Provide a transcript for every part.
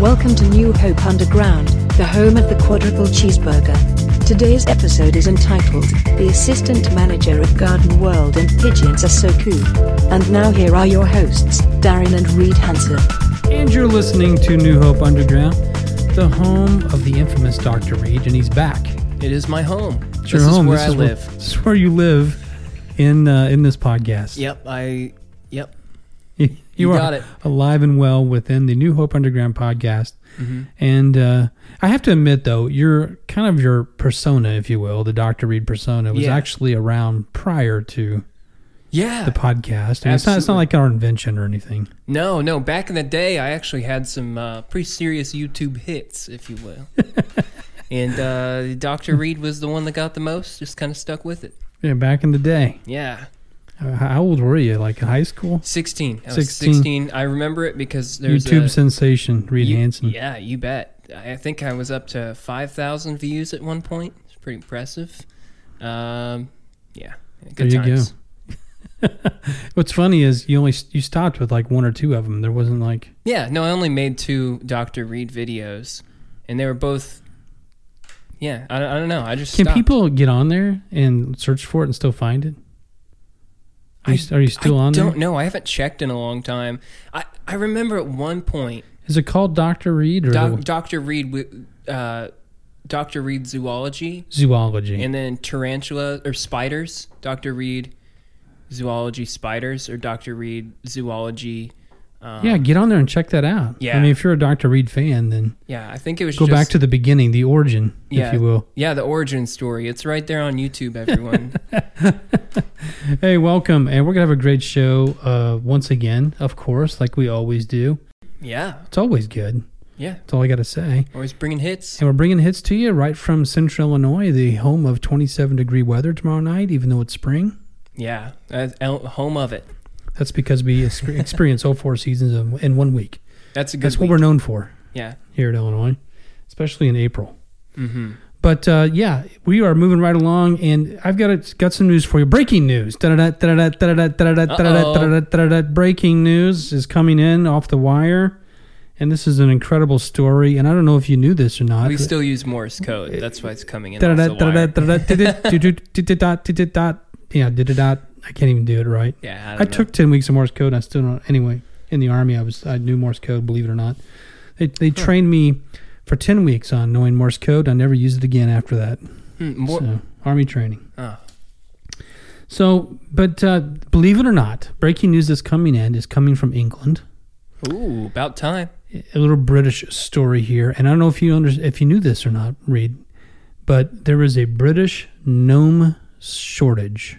Welcome to New Hope Underground, the home of the quadruple cheeseburger. Today's episode is entitled The Assistant Manager of Garden World and Pigeons Are So Cool. And now here are your hosts, Darren and Reed Hansen. And you're listening to New Hope Underground, the home of the infamous Dr. Reed, and he's back. It is my home. It's this your home. is where this I is live. Where, this is where you live in uh, in this podcast. Yep, I. Yep. you, You are got it. alive and well within the New Hope Underground podcast. And uh, I have to admit, though, your kind of your persona, if you will, the Dr. Reed persona, was Yeah. actually around prior to Yeah. the podcast. And it's not, it's not Absolutely. like our invention or anything. no, no. Back in the day, I actually had some uh, pretty serious YouTube hits, if you will. and uh, Dr. Reed was the one that got the most. Just kind of stuck with it. Yeah, back in the day. Yeah. How- How old were you? Like in high school? 16. I was 16. 16. I remember it because there's YouTube a, sensation, Reed you- Hansen. Yeah, you bet. I think I was up to 5,000 views at one point. It's pretty impressive. Um, yeah. Good There you go. times. What's funny is you only you stopped with like one or two of them. There wasn't like Yeah, no, I only made two Dr. Reed videos, and they were both. Yeah, I, don't- I don't know. I just can stopped. people get on there and search for it and still find it? Are you, are you still I on there? don't know. I haven't checked in a long time. I I remember at one point, Is it called Doctor Reed or the doc, Dr. Reed, wi- uh, Dr. Reed zoology, zoology? and then tarantula or spiders. Dr. Reed zoology spiders or Dr. Reed zoology. Um, yeah, get on there and check that out. I Yeah. mean, if you're a Doctor Reed fan, then yeah. I think it was go just, back to the beginning, the origin, yeah, if you will. Yeah, the origin story. It's right there on YouTube. Everyone. Hey, welcome, and we're gonna have a great show uh, once again, of course, like we always do. yeah, It's always good. yeah. That's all I gotta say. Always bringing hits. And we're bringing hits to you right from Central Illinois, the home of 27 degree weather tomorrow night, even though it's spring. Yeah, uh, el- home of it. That's because we ex- experience all four seasons in- in one week. That's a good. That's what week. we're known for Yeah. here at Illinois, especially in April. Mm-hmm. But uh, yeah, we are moving right along, and I've got a, got some news for you. Breaking news! Da-da-da, da-da-da, da-da-da, da-da-da, da-da-da, Uh-oh. da-da-da, da-da-da. Breaking news is coming in off the wire, and this is an incredible story. And I don't know if you knew this or not. We still use Morse code. Eh, That's why it's coming in. off the wire. yeah, dot. I can't even do it right. Yeah, I, I, don't know. took ten weeks of Morse code. and I still don't. Anyway, in the army, I was I knew Morse code. Believe it or not, they they trained me for ten weeks on knowing Morse code. I never used it again after that. Mm, Mor- So army training. oh, So, but uh, believe it or not, breaking news that's coming in is coming from England. Ooh, about time. a little British story here, and I don't know if you under, if you knew this or not, Reed, but there is a British gnome shortage.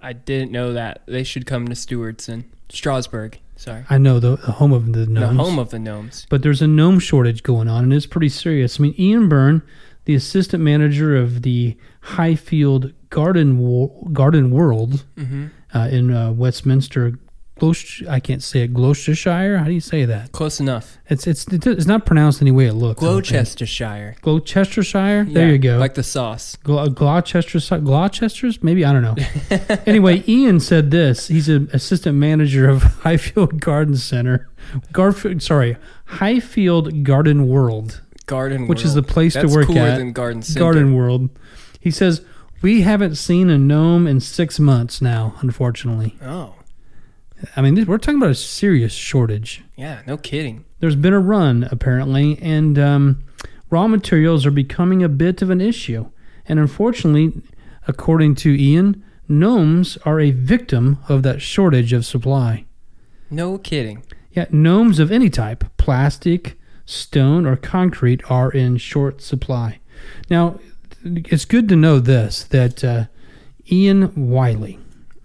I didn't know that. They should come to Stewartson, Strasbourg. Sorry, I know the, the home of the the gnomes, home of the gnomes. but there's a gnome shortage going on, and it's pretty serious. I mean, Ian Byrne, the assistant manager of the Highfield Garden Wo- Garden World Mm-hmm. uh, in uh, Westminster, Gloucest- I can't say it, Gloucestershire. How do you say that? Close enough. It's it's it's not pronounced any way it looks. I don't think. Gloucestershire. Gloucestershire. There Yeah, you go. Like the sauce. Gl- Gloucester, Gloucester's, maybe I don't know. anyway, Ian said this. He's an assistant manager of Highfield Garden Center, Garfield. Sorry, Highfield Garden World, Garden. which is the World. place That's to work cooler at. than Garden Center. Garden World. He says we haven't seen a gnome in six months now. Unfortunately, Oh, I mean this, we're talking about a serious shortage. yeah. No kidding. There's been a run apparently, and um, raw materials are becoming a bit of an issue. And unfortunately, according to Ian, gnomes are a victim of that shortage of supply. No kidding. Yet gnomes of any type, plastic, stone, or concrete, are in short supply. Now, it's good to know this that uh, Ian Wiley,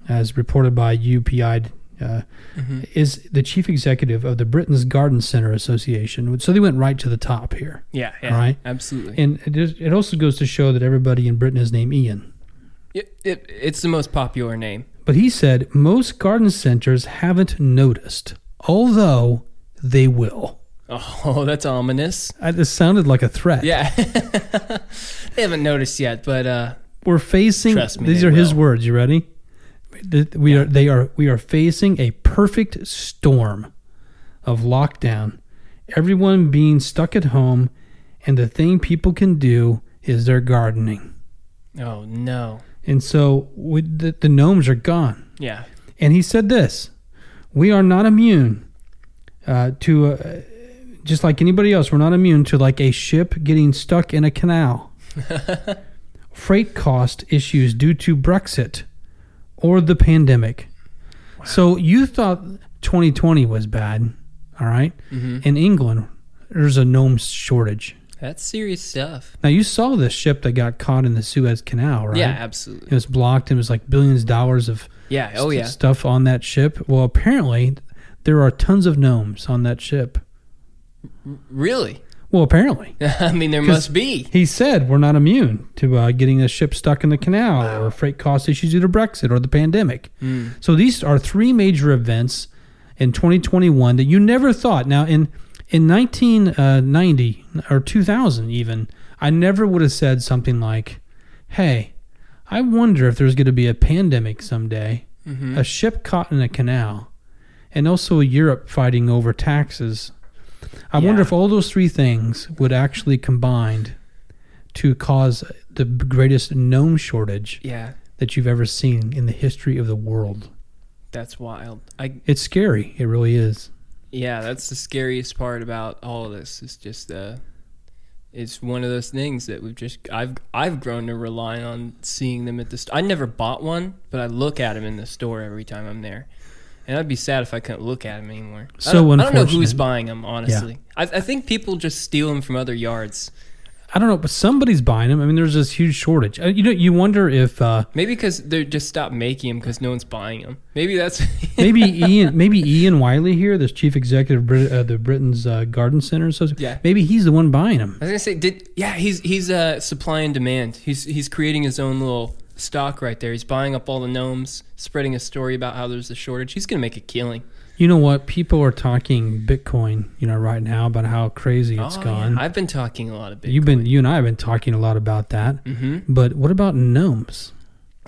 as reported by UPI, uh, is the chief executive of the Britain's Garden Center Association. So they went right to the top here. Yeah. yeah Right. Absolutely. And it, is, it also goes to show that everybody in Britain is named Ian. It, it, it's the most popular name. But he said most garden centers haven't noticed, although they will. Oh, that's ominous. I, this sounded like a threat. Yeah. they haven't noticed yet, but uh, we're facing. Trust me, these they are his will. words. You ready? Th- We are. They are. We are facing a perfect storm of lockdown. Everyone being stuck at home, and the thing people can do is their gardening. Oh no. And so we, the, the gnomes are gone. Yeah. And he said this We are not immune uh, to, uh, just like anybody else, we're not immune to like a ship getting stuck in a canal, freight cost issues due to Brexit, or the pandemic. So you thought 2020 was bad, all right? In England, there's a gnome shortage. That's serious stuff. Now you saw this ship that got caught in the Suez Canal, right? Yeah, It absolutely. was blocked. It was like billions of dollars of Yeah. Oh st- yeah. stuff on that ship. Well, apparently there are tons of gnomes on that ship. Really? Well, apparently I mean, there must be. he said we're not immune to uh, getting the ship stuck in the canal or freight cost issues due to Brexit or the pandemic. So these are three major events in 2021 that you never thought. Now in in 1990 or 2000 even, I never would have said something like, "Hey, I wonder if there's going to be a pandemic someday." A ship caught in a canal, and also Europe fighting over taxes. I wonder Yeah. if all those three things would actually combined to cause the greatest gnome shortage Yeah. that you've ever seen in the history of the world. That's wild. I It's scary. It really is. yeah, that's the scariest part about all of this. It's just uh it's one of those things that we've just I've I've grown to rely on seeing them at the store. I never bought one, but I look at them in the store every time I'm there. And I'd be sad if I couldn't look at them anymore. I So don't, I don't know who's unfortunate. buying them, honestly. I, I think people just steal them from other yards. I don't know, but somebody's buying them. I mean, there's this huge shortage. Uh, You know, you wonder if uh, Maybe because they just stopped making them because no one's buying them. Maybe that's maybe Ian, maybe Ian Wiley here, this chief executive of Brit- uh, the Britain's uh, Garden Center, so Yeah. maybe he's the one buying them. I was gonna say, did yeah, he's he's uh, supply and demand. He's he's creating his own little stock right there. He's buying up all the gnomes, spreading a story about how there's a shortage. He's gonna make a killing. You know what? People are talking Bitcoin, you know, right now about how crazy it's Oh, gone. yeah. I've been talking a lot of Bitcoin. You've been, you and I have been talking a lot about that. Mm-hmm. But what about gnomes?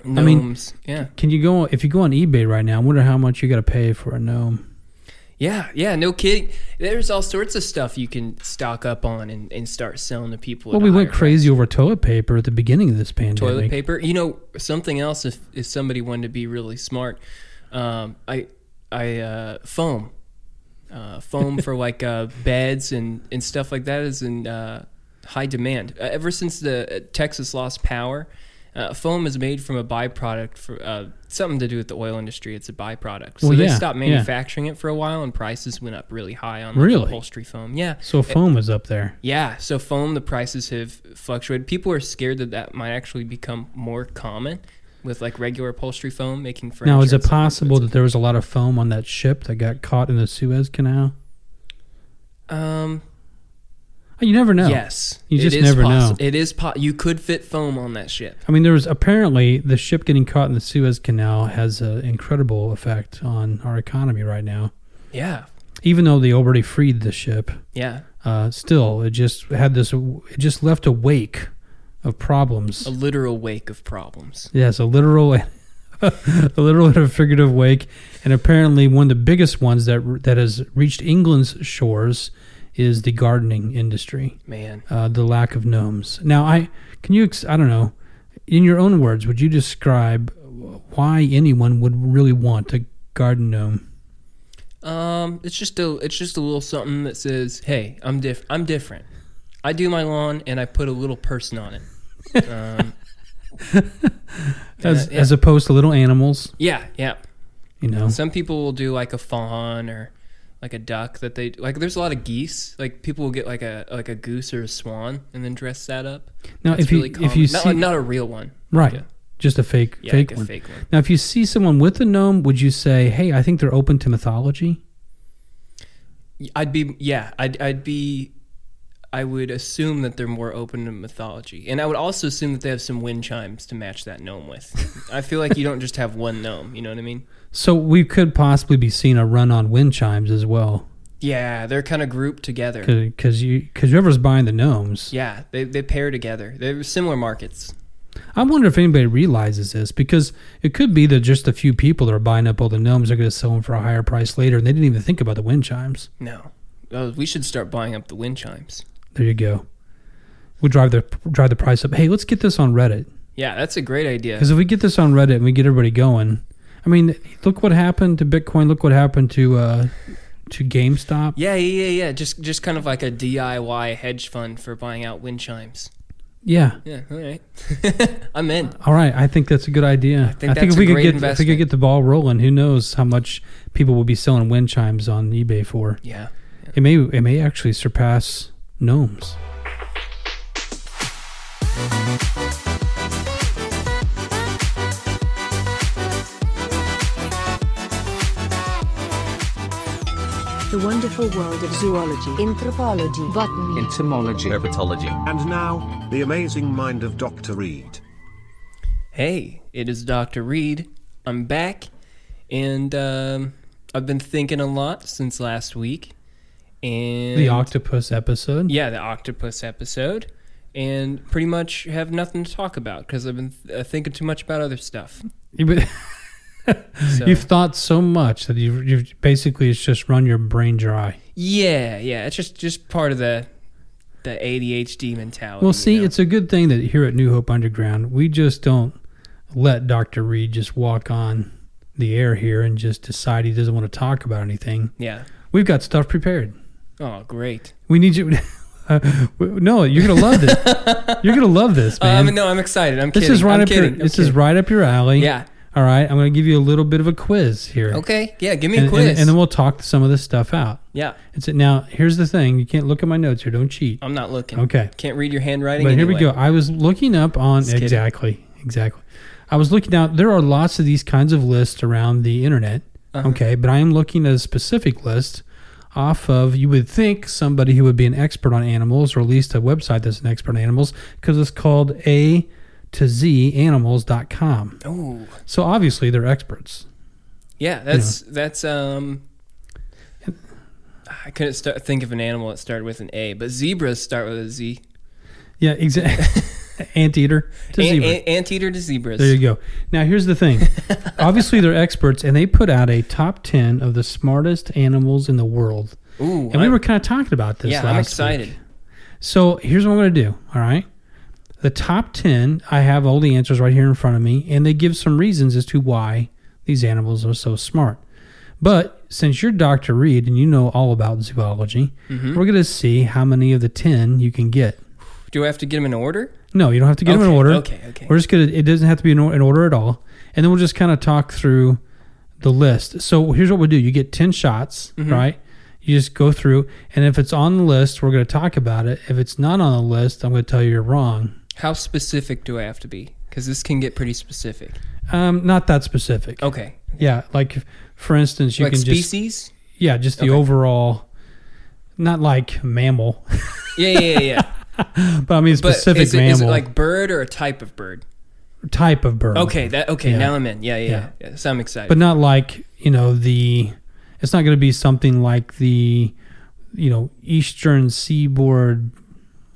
mean- gnomes. yeah, Can you go if you go on eBay right now? I wonder how much you got to pay for a gnome. yeah, yeah. No kidding. There's all sorts of stuff you can stock up on and, and start selling to people. Well, at we a went higher crazy over toilet paper at the beginning of this pandemic. toilet paper. You know something else? If if somebody wanted to be really smart, um, I I uh, foam, uh, foam for like uh, beds and and stuff like that is in uh, high demand. Uh, ever since the uh, Texas lost power, uh, foam is made from a byproduct for uh, something to do with the oil industry. It's a byproduct, so Well, they yeah, stopped yeah. manufacturing it for a while, and prices went up really high on like, Really? upholstery foam. Yeah, So foam is up there. yeah, so foam, the prices have fluctuated. People are scared that that might actually become more common with like regular upholstery foam making furniture. Now, is and it stuff. possible that there was a lot of foam on that ship that got caught in the Suez Canal? Um, Uh, You never know. Yes. You It just is never possi- know. It is po- You could fit foam on that ship. I mean, there was apparently the ship getting caught in the Suez Canal has an incredible effect on our economy right now. Yeah. Even though they already freed the ship, Yeah. uh, still it just had this. It just left a wake of problems. A literal wake of problems. Yes, a literal, a literal and a figurative wake, and apparently one of the biggest ones that that has reached England's shores is the gardening industry, Man. uh, the lack of gnomes. Now, I can you ex- I don't know, in your own words, would you describe why anyone would really want a garden gnome? Um, it's just a it's just a little something that says, "Hey, I'm diff I'm different. I do my lawn and I put a little person on it." Um, As, yeah. as opposed to little animals, yeah, yeah. you know. Some people will do like a fawn or like a duck that they like. There's a lot of geese. Like people will get like a like a goose or a swan and then dress that up. Now, That's if you really common. if you not, see not a real one, right, Yeah. just a fake yeah, fake like one. a fake one. Now, if you see someone with a gnome, would you say, "Hey, I think they're open to mythology"? I'd be yeah. I'd I'd be. I would assume that they're more open to mythology, and I would also assume that they have some wind chimes to match that gnome with. I feel like you don't just have one gnome. You know what I mean? So we could possibly be seeing a run on wind chimes as well, Yeah, they're kind of grouped together. because you because whoever's buying the gnomes, Yeah, they they pair together. They're similar markets. I wonder if anybody realizes this because it could be that just a few people that are buying up all the gnomes are going to sell them for a higher price later, and they didn't even think about the wind chimes. No. Oh, we should start buying up the wind chimes. There you go. We drive the drive the price up. Hey, let's get this on Reddit Yeah, that's a great idea. because if we get this on Reddit and we get everybody going, I mean, look what happened to Bitcoin. Look what happened to uh, to GameStop. Yeah, yeah, yeah, yeah. Just just kind of like a DIY hedge fund for buying out wind chimes. Yeah. Yeah, all right. I'm in. All right, I think that's a good idea. I think think, that's if we a could great get if we investment. could get the ball rolling, who knows how much people will be selling wind chimes on eBay for? Yeah. It may it may actually surpass gnomes. The wonderful world of zoology, anthropology, botany, Entomology. Herpetology. And now, the amazing mind of Dr. Reed. Hey, it is Dr. Reed. I'm back, and um, I've been thinking a lot since last week. And The octopus episode. yeah, the octopus episode, and pretty much have nothing to talk about because I've been uh, thinking too much about other stuff. You- So, You've thought so much that you've, you've basically it's just run your brain dry. yeah, yeah, it's just just part of the the ADHD mentality. Well, you see, know? it's a good thing that here at New Hope Underground, we just don't let Dr. Reed just walk on the air here and just decide he doesn't want to talk about anything. yeah. We've got stuff prepared. Oh, great. We need you. Uh, w- no, you're gonna love this. you're gonna love this, Uh, man. I mean, no, I'm excited. I'm this kidding. is right I'm up your. kidding. I'm This is kidding. right up your alley. Yeah. All right, I'm gonna give you a little bit of a quiz here. Okay. Yeah. Give me And, a and- quiz. And, then we'll talk some of this stuff out. yeah. It's now. Here's the thing. You can't look at my notes here. Don't cheat. I'm not looking. Okay. Can't read your handwriting. But here we go. anyway. I was looking up on Just kidding. exactly, exactly. I was looking out. There are lots of these kinds of lists around the internet. Uh-huh. Okay, but I am looking at a specific list off of you would think somebody who would be an expert on animals, or at least a website that's an expert on animals, because it's called A to Z Animals.com. Ooh. So obviously they're experts. Yeah. That's that's um. I couldn't start, think of an animal that started with an A, but zebras start with a Z. Yeah, exactly. Anteater to An- zebra. an- anteater to zebras. There you go. Now here's the thing. Obviously they're experts and they put out a top 10 of the smartest animals in the world. Ooh. And we I'm- were kind of talking about this yeah. last I'm excited. week. So here's what I'm going to do, all right? The top 10, I have all the answers right here in front of me and they give some reasons as to why these animals are so smart. But since you're Dr. Reed and you know all about zoology, Mm-hmm. we're going to see how many of the 10 you can get. Do I have to get them in order? No, you don't have to get them in Okay, order. okay, okay. We're just gonna. It doesn't have to be in, or- in order at all. And then we'll just kind of talk through the list. So here's what we'll do: you get ten shots, Mm-hmm. right? You just go through, and if it's on the list, we're going to talk about it. If it's not on the list, I'm going to tell you you're wrong. How specific do I have to be? Because this can get pretty specific. Um, not that specific. Okay. Yeah, like if- for instance, you like can species. just yeah, just the overall, not like mammal, yeah, yeah, yeah. yeah. but I mean but specific is it, mammal is it like bird or a type of bird? type of bird. Okay. That. Okay. Yeah. Now I'm in. Yeah, yeah. Yeah. yeah. yeah. So I'm excited. but not like you know the it's not going to be something like the you know eastern seaboard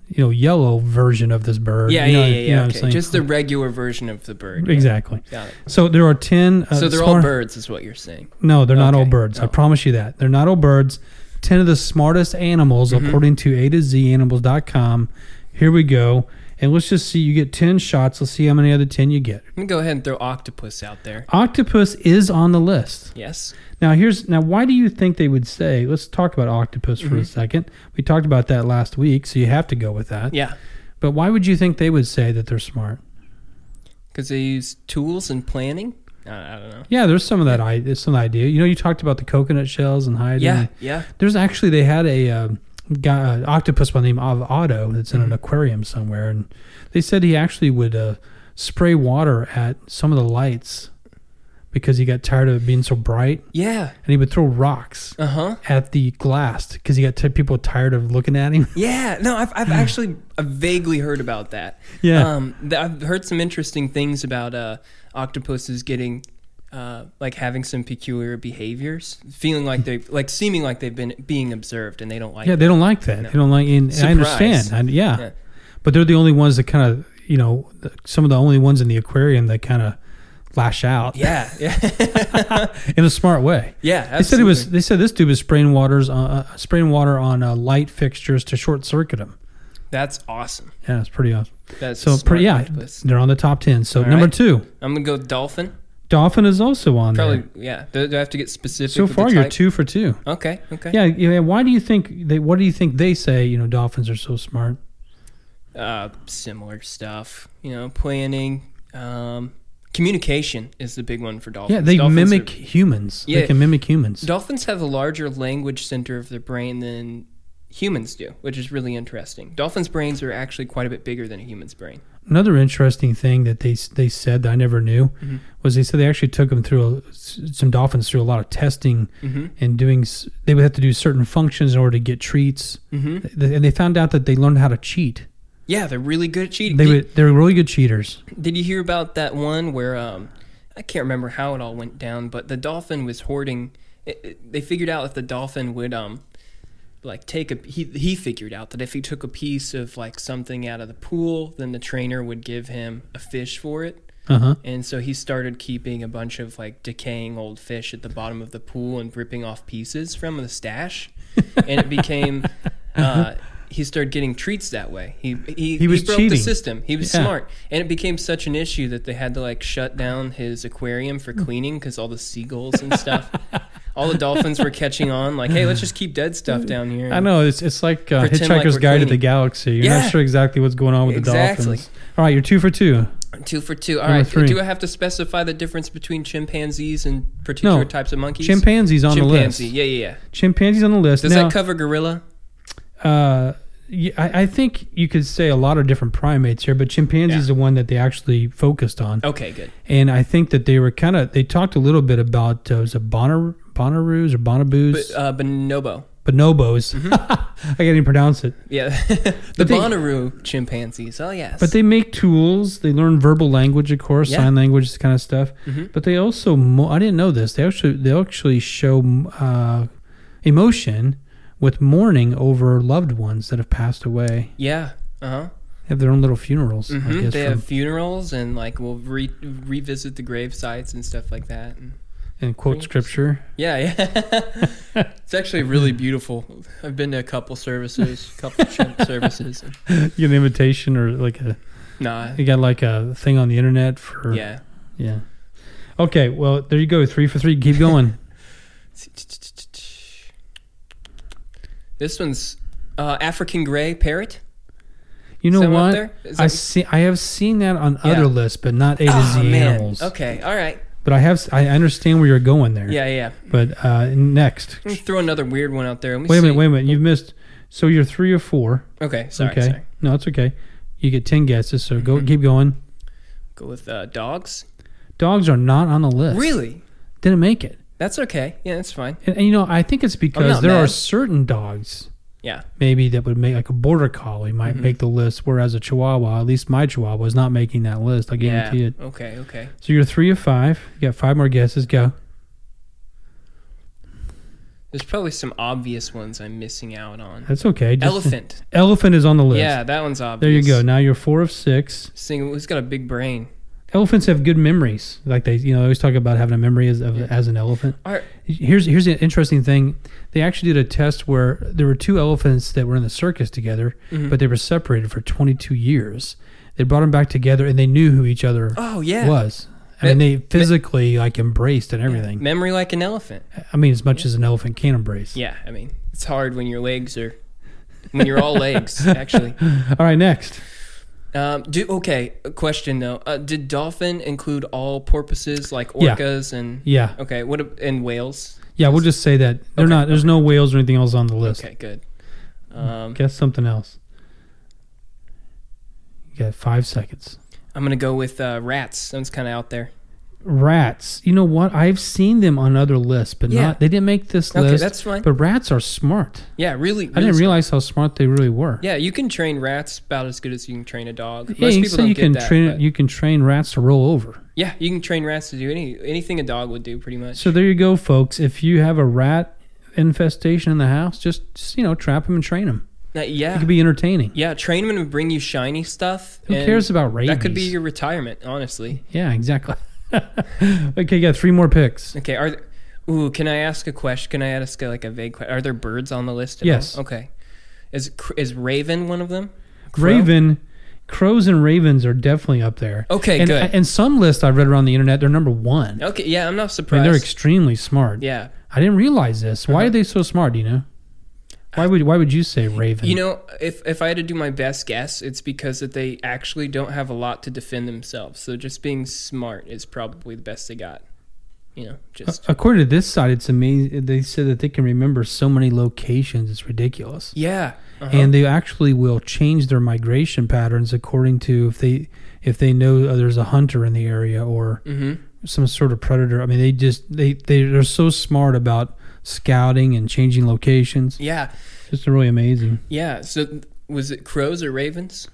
you know yellow version of this bird Yeah, You know- yeah, yeah, you yeah. know what I'm okay. saying? Just the regular version of the bird. exactly Got it. so there are 10 uh, so they're all smart- birds, is what you're saying. no they're not all Okay. birds i Oh. promise you that they're not all birds 10 of the smartest animals Mm-hmm. according to a to z animals.com here we go and let's just see you get 10 shots let's see how many other 10 you get Let me go ahead and throw octopus out there. octopus is on the list Yes. Now here's now why do you think they would say let's talk about octopus Mm-hmm. for a second. We talked about that last week, so you have to go with that. Yeah. But why would you think they would say that they're smart? Because they use tools and planning. Uh, I don't know. Yeah, there's some of that I there's some idea. You know, you talked about the coconut shells and hiding. Yeah. Yeah. There's actually they had a um, guy, an octopus by the name of Otto that's Mm-hmm. in an aquarium somewhere and they said he actually would uh, spray water at some of the lights because he got tired of it being so bright Yeah. and he would throw rocks Uh huh. at the glass because he got t- people tired of looking at him. Yeah. No, I've, I've actually I've vaguely heard about that. Hmm. Yeah. Um, th- I've heard some interesting things about uh, octopuses getting. Uh, like having some peculiar behaviors, feeling like they, like seeming like they've been being observed, and they don't like. Yeah, it. they don't like that. They don't like. And, and I Surprise. understand. I, yeah. Yeah. but they're the only ones that kind of you know, some of the only ones in the aquarium that kind of lash out Yeah, yeah, in a smart way. yeah. Absolutely. They said it was. They said this tube is spraying waters, uh, uh, spraying water on uh, light fixtures to short circuit them. That's awesome. Yeah, it's pretty awesome. That's So, smart pretty, yeah, octopus. they're on the top ten. So number right. two, I'm gonna go dolphin. dolphin is also on Probably. there. Yeah. Do, do I have to get specific? So with the far, you're type? two for two. Okay. Okay. Yeah, yeah. Why do you think they? What do you think they say? You know, dolphins are so smart. uh, similar stuff. You know, planning, um, communication is the big one for dolphins. Yeah, they Dolphins mimic are- humans. Yeah. They can mimic humans. dolphins have a larger language center of their brain than humans do, which is really interesting. Dolphins' brains are actually quite a bit bigger than a human's brain. Another interesting thing that they they said that I never knew Mm-hmm. was they said they actually took them through a, some dolphins through a lot of testing Mm-hmm. and doing. s- They would have to do certain functions in order to get treats, mm-hmm. and they found out that they learned how to cheat. Yeah, they're really good at cheating. They did, would, they're really good cheaters. did you hear about that one where um, I can't remember how it all went down, but the dolphin was hoarding. It, it- they figured out if the dolphin would um, like take a he he figured out that if he took a piece of like something out of the pool, then the trainer would give him a fish for it. Uh huh. And so he started keeping a bunch of like decaying old fish at the bottom of the pool and ripping off pieces from the stash. and it became, uh, he started getting treats that way. He he, He was broke the cheating. system. He was Yeah. smart, and it became such an issue that they had to like shut down his aquarium for cleaning because all the seagulls and stuff, all the dolphins were catching on. Like, hey, let's just keep dead stuff down here. I know it's it's like uh, Pretend like Hitchhiker's we're Guide to the cleaning. Galaxy. You're Yeah. not sure exactly what's going on with Exactly. the dolphins. All right, you're two for two. Two for two. All Number right. three. Do I have to specify the difference between chimpanzees and particular types of monkeys? Chimpanzees on Chimpanzee. the list. Yeah, yeah, yeah. Chimpanzees on the list. Does now, that cover gorilla? uh, y- I, I think you could say a lot of different primates here, but chimpanzees Yeah. is the one that they actually focused on. Okay, good. And I think that they were kind of they talked a little bit about uh, was it Bonner Bonnaroos or Bonnaboos Uh, mm-hmm. bonobo. bonobos. I can't even pronounce it. Yeah. the But they- Bonnaroo chimpanzees. Oh, yes. But they make tools. They learn verbal language, of course, Yeah. Mm-hmm. sign language, this kind of stuff. But they also mo- I didn't know this. They actually they actually show uh, emotion with mourning over loved ones that have passed away. yeah. Uh huh. They have their own little funerals. I guess Mm-hmm. They from- have funerals and like we'll re- revisit the grave sites and stuff like that. And and quote scripture. yeah, yeah. it's actually really beautiful. I've been to a couple services, couple chimp services. You get an invitation or like a Nah. you got like a thing on the internet for Yeah. yeah. Okay, well there you go, three for three. Keep going. This one's uh, African gray parrot. You know Is that up what? there? Is I that- see. I have seen that on Yeah. other lists, but not A to Oh, Z man. animals. Okay. All right. But I have. s- I understand where you're going there. Yeah, yeah. But uh, next, Let me throw another weird one out there. Let me wait a minute. see. Wait a minute. You've missed. So you're three or four. Okay, sorry, okay. sorry. Mm-hmm. No, it's okay. You get ten guesses. So go. Keep going. Go with uh, dogs. Dogs are not on the list. Really? Didn't make it. That's okay. Yeah, that's fine. And, and you know, I think it's because Oh, not there are mad. certain dogs Yeah. Mm-hmm. maybe that would make like a border collie might make the list, whereas a chihuahua, at least my chihuahua, is not making that list. I Yeah. guarantee it. Okay, okay. So you're three of five. You got five more guesses. Go. There's probably some obvious ones I'm missing out on. That's okay. Just- Elephant. Elephant is on the list. Yeah, that one's obvious. There you go. Now you're four of six. Single, who's got a big brain? Elephants have good memories. Like they, you know, they always talk about having a memory as, of, as an elephant. All right. Here's here's an interesting thing. They actually did a test where there were two elephants that were in the circus together, Mm-hmm. but they were separated for 22 years. They brought them back together, and they knew who each other Oh, yeah. was. I Me- mean, they physically like embraced and everything. Memory like an elephant. I mean, as much as an elephant can embrace. Yeah, I mean, it's hard when your legs are. When you're all legs, actually. All right, next. Um, do okay. a Question though: uh, Did dolphin include all porpoises like Yeah. orcas and Yeah. Okay, what ab- and whales? Yeah, we'll just say that they're Okay, not. There's no whales or anything else on the list. Okay, good. Um, Guess something else. You got five seconds. I'm gonna go with uh, rats. That one's kind of out there. Rats. You know what? I've seen them on other lists, but Yeah. not. They didn't make this Okay, list. that's fine. But rats are smart. Yeah, really. I didn't really- realize how smart they really were. Yeah, you can train rats about as good as you can train a dog. Yeah, Most you people say don't you get can that. train but- you can train rats to roll over. yeah, you can train rats to do any anything a dog would do, pretty much. So there you go, folks. If you have a rat infestation in the house, just, just you know trap them and train them. Uh, It yeah. could be entertaining. yeah, train them and bring you shiny stuff. Who and cares about That could be rabies? your retirement, honestly. Yeah, exactly. okay, you got three more picks. Okay, are there, ooh? Can I ask a question? Can I ask a, like a vague question? Are there birds on the list? at all? Yes. Okay. Is cr- is raven one of them? Crow? Raven, crows and ravens are definitely up there. Okay, and, good. And some lists I read around the internet, they're number one. Okay. Yeah, I'm not I mean, surprised. they're extremely smart. yeah. Uh-huh. I didn't realize this. Why are they so smart? Do you know? Why would Why would you say raven? You know, if if I had to do my best guess, it's because that they actually don't have a lot to defend themselves. So just being smart is probably the best they got. You know, just according to this site, it's amazing. They said that they can remember so many locations. It's ridiculous. yeah. Uh-huh. and they actually will change their migration patterns according to if they if they know uh, there's a hunter in the area or Mm-hmm. some sort of predator. I mean, they just they they are so smart about scouting and changing locations. yeah, Just really amazing. yeah. So was it crows or ravens?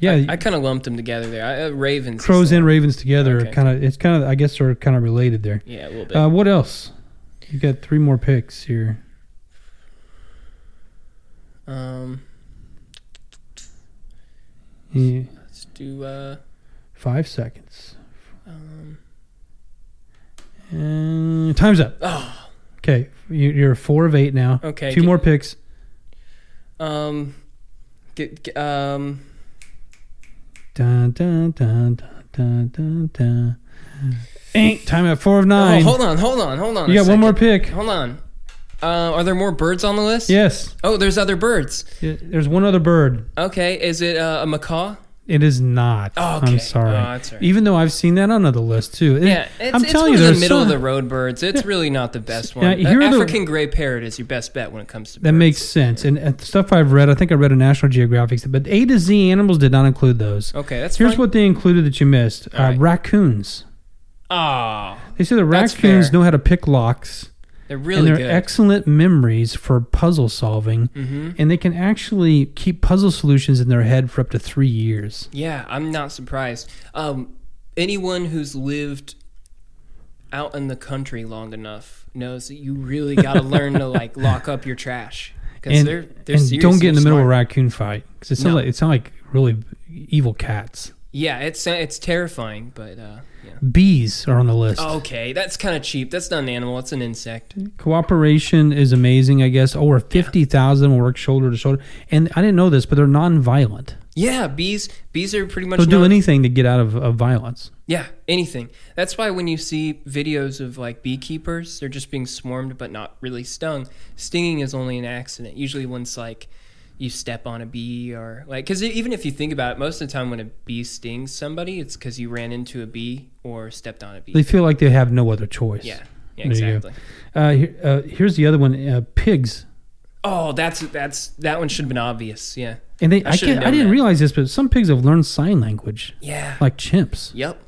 Yeah, I kind of lumped them together there. I, uh, ravens. is crows the and one. ravens together Okay. kind of it's kind of I guess are kind of related there. Yeah, a little bit. Uh, what else? You got three more picks here. um, Yeah, let's do. Uh, Five seconds. Um, time's up. oh, Okay, you- you're four of eight now. Okay, two gi- more picks. um, get, get- um. Dun, dun, dun, dun, dun, dun, dun. Ain't time at four of Oh, nine. hold on, hold on, hold on. you a got one more second. pick. Hold on. Uh, are there more birds on the list? Yes. Oh, there's other birds. Yeah, There's one other bird. Okay, is it uh, a macaw? It is not. Oh, okay. I'm sorry. Oh, that's all right. Even though I've seen that on other lists too. It- Yeah, it's, I'm it's telling one you, of there's the middle so, of the road birds. It's really not the best one. Yeah, The here are the- African gray parrot is your best bet when it comes to that birds. makes sense. And uh, stuff I've read, I think I read in National Geographic, but A to Z animals did not include those. Okay, Oh, that's Here's fine. what they included that you missed: uh, All right. raccoons. Ah, They say the That's raccoons fair. know how to pick locks, they're really and good. Mm-hmm. they're excellent memories for puzzle solving, and they can actually keep puzzle solutions in their head for up to three years. yeah, I'm not surprised. Um, anyone who's lived out in the country long enough knows that you really got to learn to like lock up your trash because And, they're they're and serious don't get in and the middle of a smart. raccoon fight because it sounds No. like it sound like really evil cats. Yeah, it's it's terrifying, but uh, yeah. Bees are on the list. Okay, that's kind of cheap. That's not an animal. It's an insect. Mm-hmm. Cooperation is amazing, I guess. Over fifty thousand will work shoulder to shoulder, and I didn't know this, but they're non-violent. Yeah, bees. Bees are pretty much They'll do known- anything to get out of, of violence. Yeah, anything. That's why when you see videos of like beekeepers, they're just being swarmed but not really stung. Stinging is only an accident. Usually, once like you step on a bee or like, because even if you think about it, most of the time when a bee stings somebody, it's because you ran into a bee or stepped on a bee. They feel like they have no other choice. yeah, yeah, There you go. exactly. Uh, here, uh, here's the other one: uh, pigs. Oh, that's that's that one should have been obvious. Yeah, And they, I I, should've can't, I known didn't that. realize this, but some pigs have learned sign language, yeah, like chimps, yep.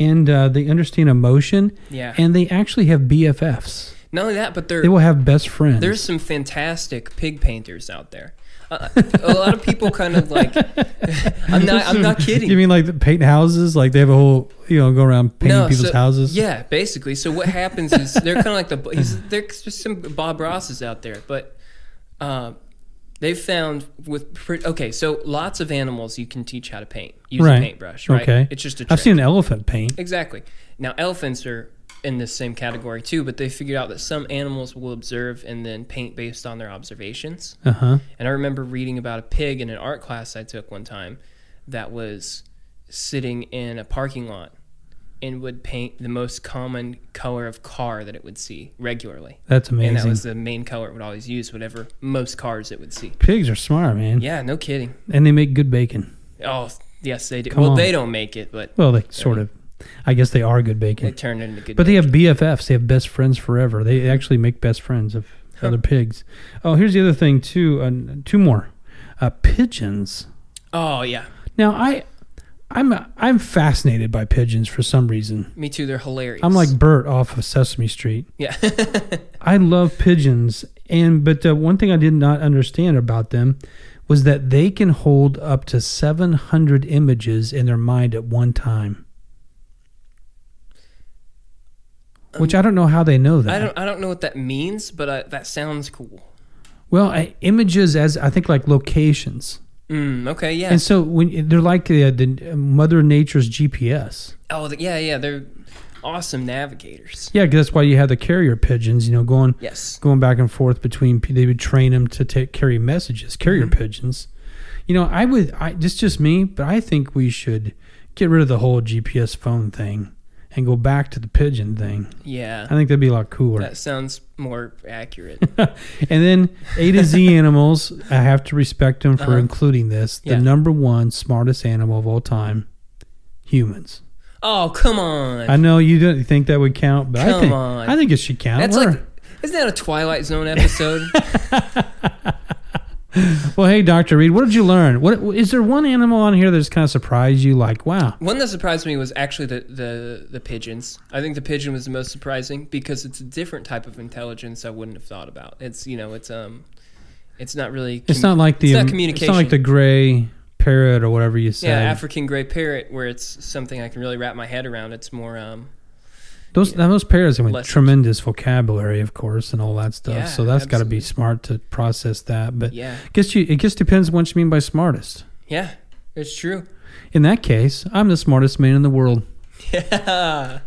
and uh, they understand emotion. Yeah. And they actually have BFFs. Not only that, but they're They will have best friends. There's some fantastic pig painters out there. Uh, a lot of people kind of like. I'm not. I'm not kidding. You mean like the paint houses? Like they have a whole, you know, go around painting people's so- houses. Yeah, basically. So what happens is they're kind of like the he's, there's just some Bob Rosses out there, but uh, they've found with pre- okay, so lots of animals you can teach how to paint using Right. paintbrush. Right. Okay. It's just a. Trick. I've seen an elephant paint. Exactly. Now, elephants are in this same category too, but they figured out that some animals will observe and then paint based on their observations. Uh huh. And I remember reading about a pig in an art class I took one time that was sitting in a parking lot and would paint the most common color of car that it would see regularly. That's amazing. And that was the main color it would always use, whatever most cars it would see. Pigs are smart, man. Yeah, no kidding. And they make good bacon. Oh, yes, they do. Come well, on. they don't make it, but Well, they sort of. I guess they are good they bacon. turned it into good. But they have BFFs. They have best friends forever. They actually make best friends of other pigs. Oh, here's the other thing too. Uh, two more. Uh, pigeons. oh, yeah. Now I, I'm I'm fascinated by pigeons for some reason. Me too. They're hilarious. I'm like Bert off of Sesame Street. yeah. I love pigeons, and but uh, one thing I did not understand about them was that they can hold up to 700 images in their mind at one time. Which I don't know how they know that. I don't. I don't know what that means, but I, that uh, sounds cool. Well, I, images as I think like locations, Mm, okay, yeah. and so when they're like the, the Mother Nature's GPS. oh, th- yeah, yeah. They're awesome navigators. Yeah, 'cause that's why you have the carrier pigeons. You know, going Yes. going back and forth between pe- they would train them to take carry messages carrier Mm-hmm. pigeons you know i would i this just me but i think we should get rid of the whole gps phone thing and go back to the pigeon thing Yeah. i think that'd be a lot cooler That sounds more accurate. and then a to z animals i have to respect them for Uh-huh. including this the Yeah. number one smartest animal of all time humans oh, come on. i know you don't think that would count but i Come think on. i think it should count That's We're- like, isn't that a Twilight Zone episode? Well, hey, Doctor Reed, what did you learn? What is there one animal on here that's kind of surprised you? Like, wow, One that surprised me was actually the, the the pigeons. I think the pigeon was the most surprising because it's a different type of intelligence I wouldn't have thought about. It's you know it's um, it's not really. it's not like the it's um, not communication. It's not like the gray parrot or whatever you said. yeah African gray parrot where it's something I can really wrap my head around. It's more um those now those parrots have a Lessons. tremendous vocabulary, of course, and all that stuff. Yeah, so that's got to be smart to process that. But Yeah. guess you it just depends what you mean by smartest. yeah it's true. In that case, I'm the smartest man in the world. Yeah.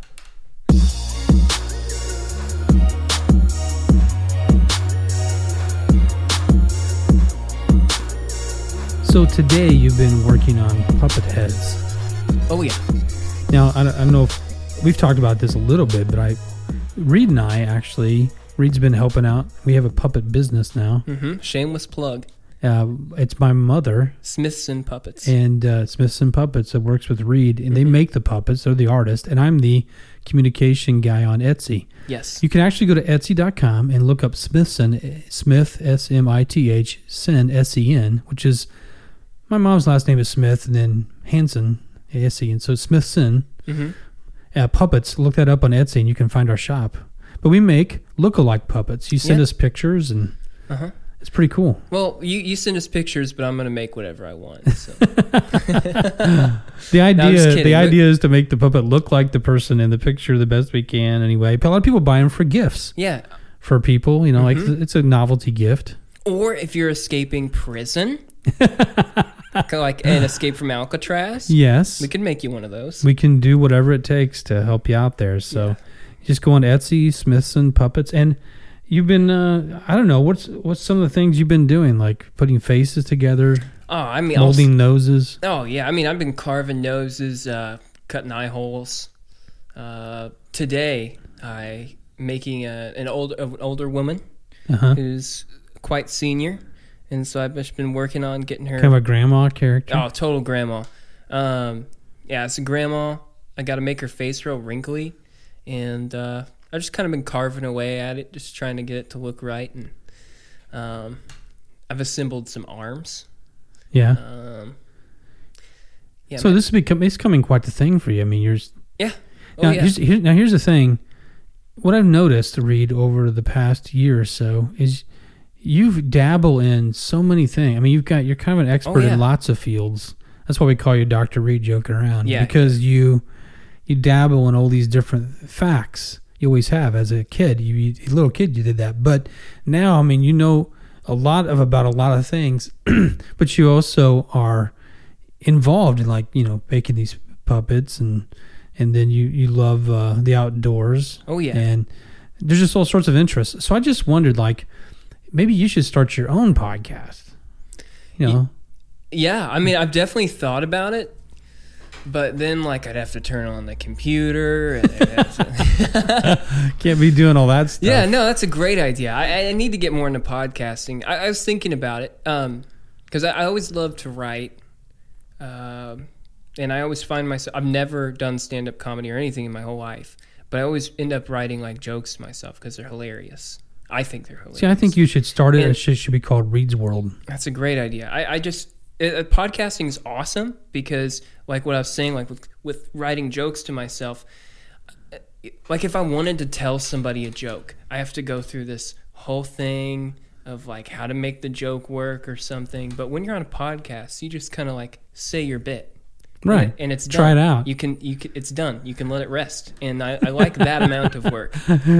So today you've been working on puppet heads. Oh yeah. Now, I don't, I don't know if we've talked about this a little bit, but I, Reed and I actually, Reed's been helping out. We have a puppet business now. hmm Shameless plug. Uh, it's my mother Smithson puppets. and uh, Smithson Puppets that works with Reed, and they make the puppets. They're the artist, and I'm the communication guy on Etsy. yes. You can actually go to Etsy.com and look up Smithson, Smith, S M I T H, Sen, S E N, which is my mom's last name is Smith, and then Hansen, S E N. So Smithson hmm uh, puppets. Look that up on Etsy, and you can find our shop. But we make look-alike puppets. You send Yeah. us pictures, and Uh-huh. it's pretty cool. Well, you, you send us pictures, but I'm gonna make whatever I want. So. The I'm just idea, kidding. the Look- idea is to make the puppet look like the person in the picture the best we can. Anyway, a lot of people buy them for gifts yeah. for people. You know, Mm-hmm. like it's a novelty gift. Or if you're escaping prison, Kinda like an escape from Alcatraz, Yes, we could make you one of those. we can do whatever it takes to help you out there. So, just go on Etsy, Smithson Puppets, and you've been. Uh, I don't know what's what's some of the things you've been doing, like putting faces together, Oh, I mean, I'll s- molding noses. oh yeah, I mean, I've been carving noses, uh, cutting eye holes. Uh, today, I making a, an old an older woman Uh-huh. who's quite senior, and so I've just been working on getting her. Kind of a grandma character. Oh, total grandma. Um, yeah, it's a grandma. I got to make her face real wrinkly, and uh, I've just kind of been carving away at it, just trying to get it to look right. And um, I've assembled some arms. yeah. Um, yeah, so man. this is become it's coming quite the thing for you. I mean, you're s- yeah. Oh now, yeah. here's, here, now here's the thing. What I've noticed, Reed, over the past year or so, is you've dabble in so many things. I mean, you've got you're kind of an expert Oh, yeah. in lots of fields. That's why we call you Doctor Reed, joking around. Yeah. because you you dabble in all these different facts. You always have as a kid. You, you a little kid, you did that, but now I mean, you know a lot of about a lot of things, but you also are involved in like you know making these puppets and and then you you love uh, the outdoors. Oh, yeah. and there's just all sorts of interests. So I just wondered like maybe you should start your own podcast. You know, Yeah, I mean, I've definitely thought about it, but then like I'd have to turn on the computer. And I'd have to- can't be doing all that stuff. Yeah, no, that's a great idea. I, I need to get more into podcasting. I, I was thinking about it because I, I always love to write, um, and I always find myself. I've never done stand up comedy or anything in my whole life, but I always end up writing like jokes to myself because they're hilarious. I think they're hilarious. See, I think you should start it. And- It should, should be called Reed's World. That's a great idea. I, I just it, uh, podcasting is awesome because like what I was saying, like with, with writing jokes to myself, uh, like if I wanted to tell somebody a joke, I have to go through this whole thing of like how to make the joke work or something. But when you're on a podcast, you just kind of like say your bit. Right. and it's Try it done. out. You can you can, it's done. You can let it rest, and I, I like that amount of work.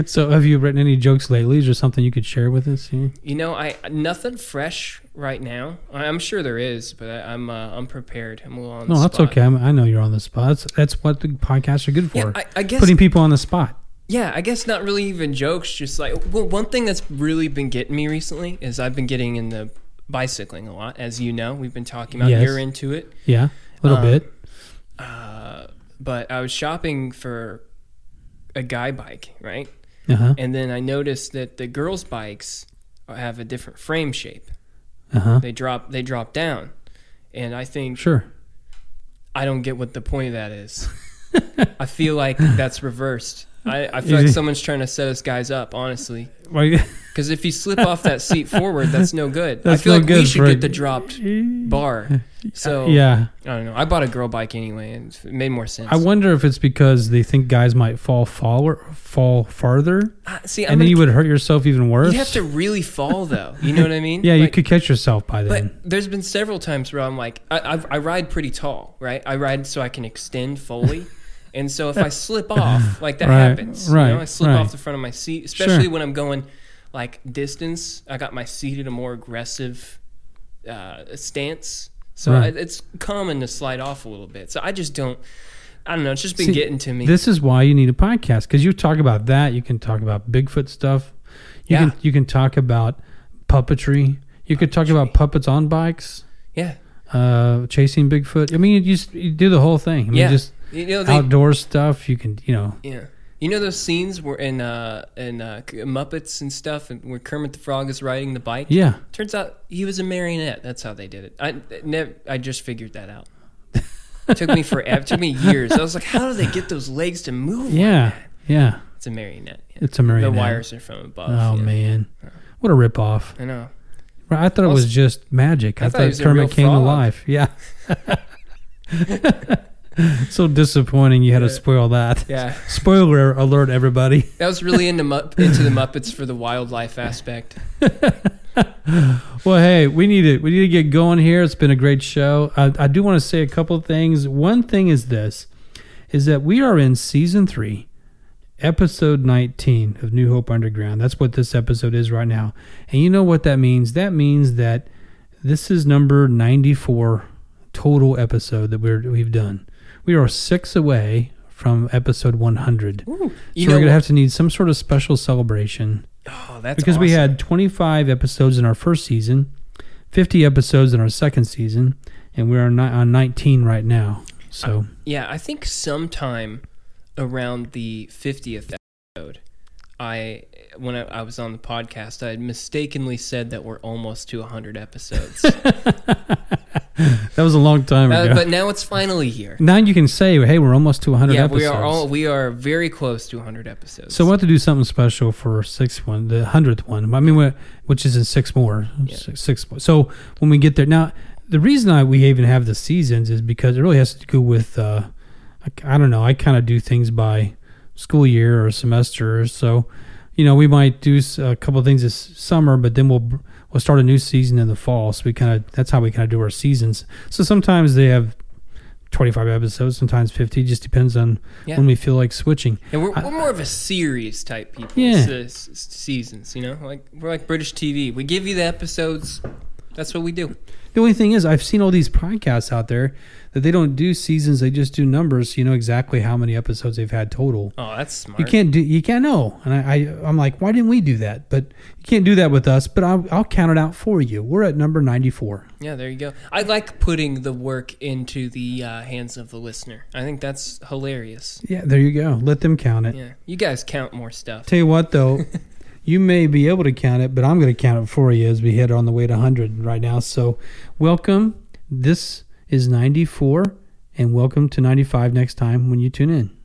so, have you written any jokes lately? Is there something you could share with us? here? You know, I nothing fresh right now. I, I'm sure there is, but I, I'm uh, I'm prepared. I'm a little on No, the that's spot. okay. I'm, I know you're on the spot. That's, that's what the podcasts are good for. Yeah, I, I guess Putting people on the spot. Yeah, I guess not really even jokes. Just like well, one thing that's really been getting me recently is I've been getting in the bicycling a lot, as you know. We've been talking about Yes. you're into it, Yeah, a little Um, bit. uh, but I was shopping for a guy bike, right? Uh huh. And then I noticed that the girls' bikes have a different frame shape. Uh huh. They drop they drop down, and I think Sure. I don't get what the point of that is. I feel like that's reversed. I, I feel like someone's trying to set us guys up, honestly. Well, Because if you slip off that seat forward, that's no good. That's I feel no like we good should for a- get the dropped bar. So yeah. I don't know. I bought a girl bike anyway, and it made more sense. I wonder if it's because they think guys might fall forward, fall farther, Ah, see, and I'm then gonna, you you would hurt yourself even worse. would have to really fall though. You know what I mean? Yeah, you Like, could catch yourself by then. But there's been several times where I'm like, I, I, I ride pretty tall, right? I ride so I can extend fully. And so if I slip off, like that Right, happens, you right, know, I slip right. off the front of my seat, especially Sure. when I'm going like distance. I got my seat at a more aggressive uh, stance, so Right. I, it's common to slide off a little bit. So I just don't, I don't know. It's just been See, getting to me. This is why you need a podcast because you talk about that. You can talk about Bigfoot stuff. You Yeah. can you can talk about puppetry. You could talk about puppets on bikes, yeah, uh, chasing Bigfoot. I mean, you just you do the whole thing. I mean, yeah. just you know, they, outdoor stuff. You can you know. Yeah. You know those scenes where in uh in uh, K- Muppets and stuff, and where Kermit the Frog is riding the bike. Yeah, Turns out he was a marionette. That's how they did it. I never. I just figured that out. It took me forever. Took me years. I was like, how do they get those legs to move? like yeah, that? yeah. It's a marionette. yeah. It's a marionette. The wires are from above. Oh yeah. man, what a ripoff! I know. Right, I thought it Also- was just magic. I, I thought he thought, was a Kermit real came to frog. life. Yeah. so disappointing. You had to spoil that. Yeah. Spoiler alert, everybody. That was really into Mu- into the Muppets for the wildlife aspect. Well, hey, we need it. We need to get going here. It's been a great show. I, I do want to say a couple of things. One thing is this: is that we are in season three, episode nineteen of New Hope Underground. That's what this episode is right now. And you know what that means? That means that this is number ninety-four total episode that we're we've done. We are six away from episode one hundred. So You we're know gonna what- have to need some sort of special celebration Oh, that's because we awesome. had 25 episodes in our first season, 50 episodes in our second season, and we're on ni- on 19 right now. So Yeah, I think sometime around the 50th episode, I when I, I was on the podcast, I had mistakenly said that we're almost to 100 episodes. Uh, that was a long time ago. but now it's finally here. now you can say, "Hey, we're almost to 100 Yeah, episodes." we are all we are very close to 100 episodes. so we'll have to do something special for sixth one, the hundredth one. I mean, we- which is in six more, six, six more. So when we get there, now the reason I we even have the seasons is because it really has to do with, uh, I, I don't know. I kind of do things by school year or semester. So, you know, we might do s- a couple of things this summer, but then we'll we'll start a new season in the fall. So we kind of that's how we kind of do our seasons. So sometimes they have. 25 episodes sometimes 50 just depends on Yeah. when we feel like switching and we're, we're more of a series type people. Yeah. s- s- seasons, you know, like we're like British TV. We give you the episodes. That's what we do. The only thing is, I've seen all these podcasts out there that they don't do seasons; they just do numbers, so you know exactly how many episodes they've had total. Oh, that's smart. You can't do, you can't know, and I, I, I'm like, why didn't we do that? But you can't do that with us. But I'll, I'll count it out for you. We're at number ninety-four. Yeah, there you go. I like putting the work into the uh, hands of the listener. I think that's hilarious. Yeah, there you go. Let them count it. Yeah, you guys count more stuff. Tell you what, though, you may be able to count it, but I'm going to count it for you as we head on the way to 100 right now. So, welcome. This is 94, and welcome to 95 next time when you tune in.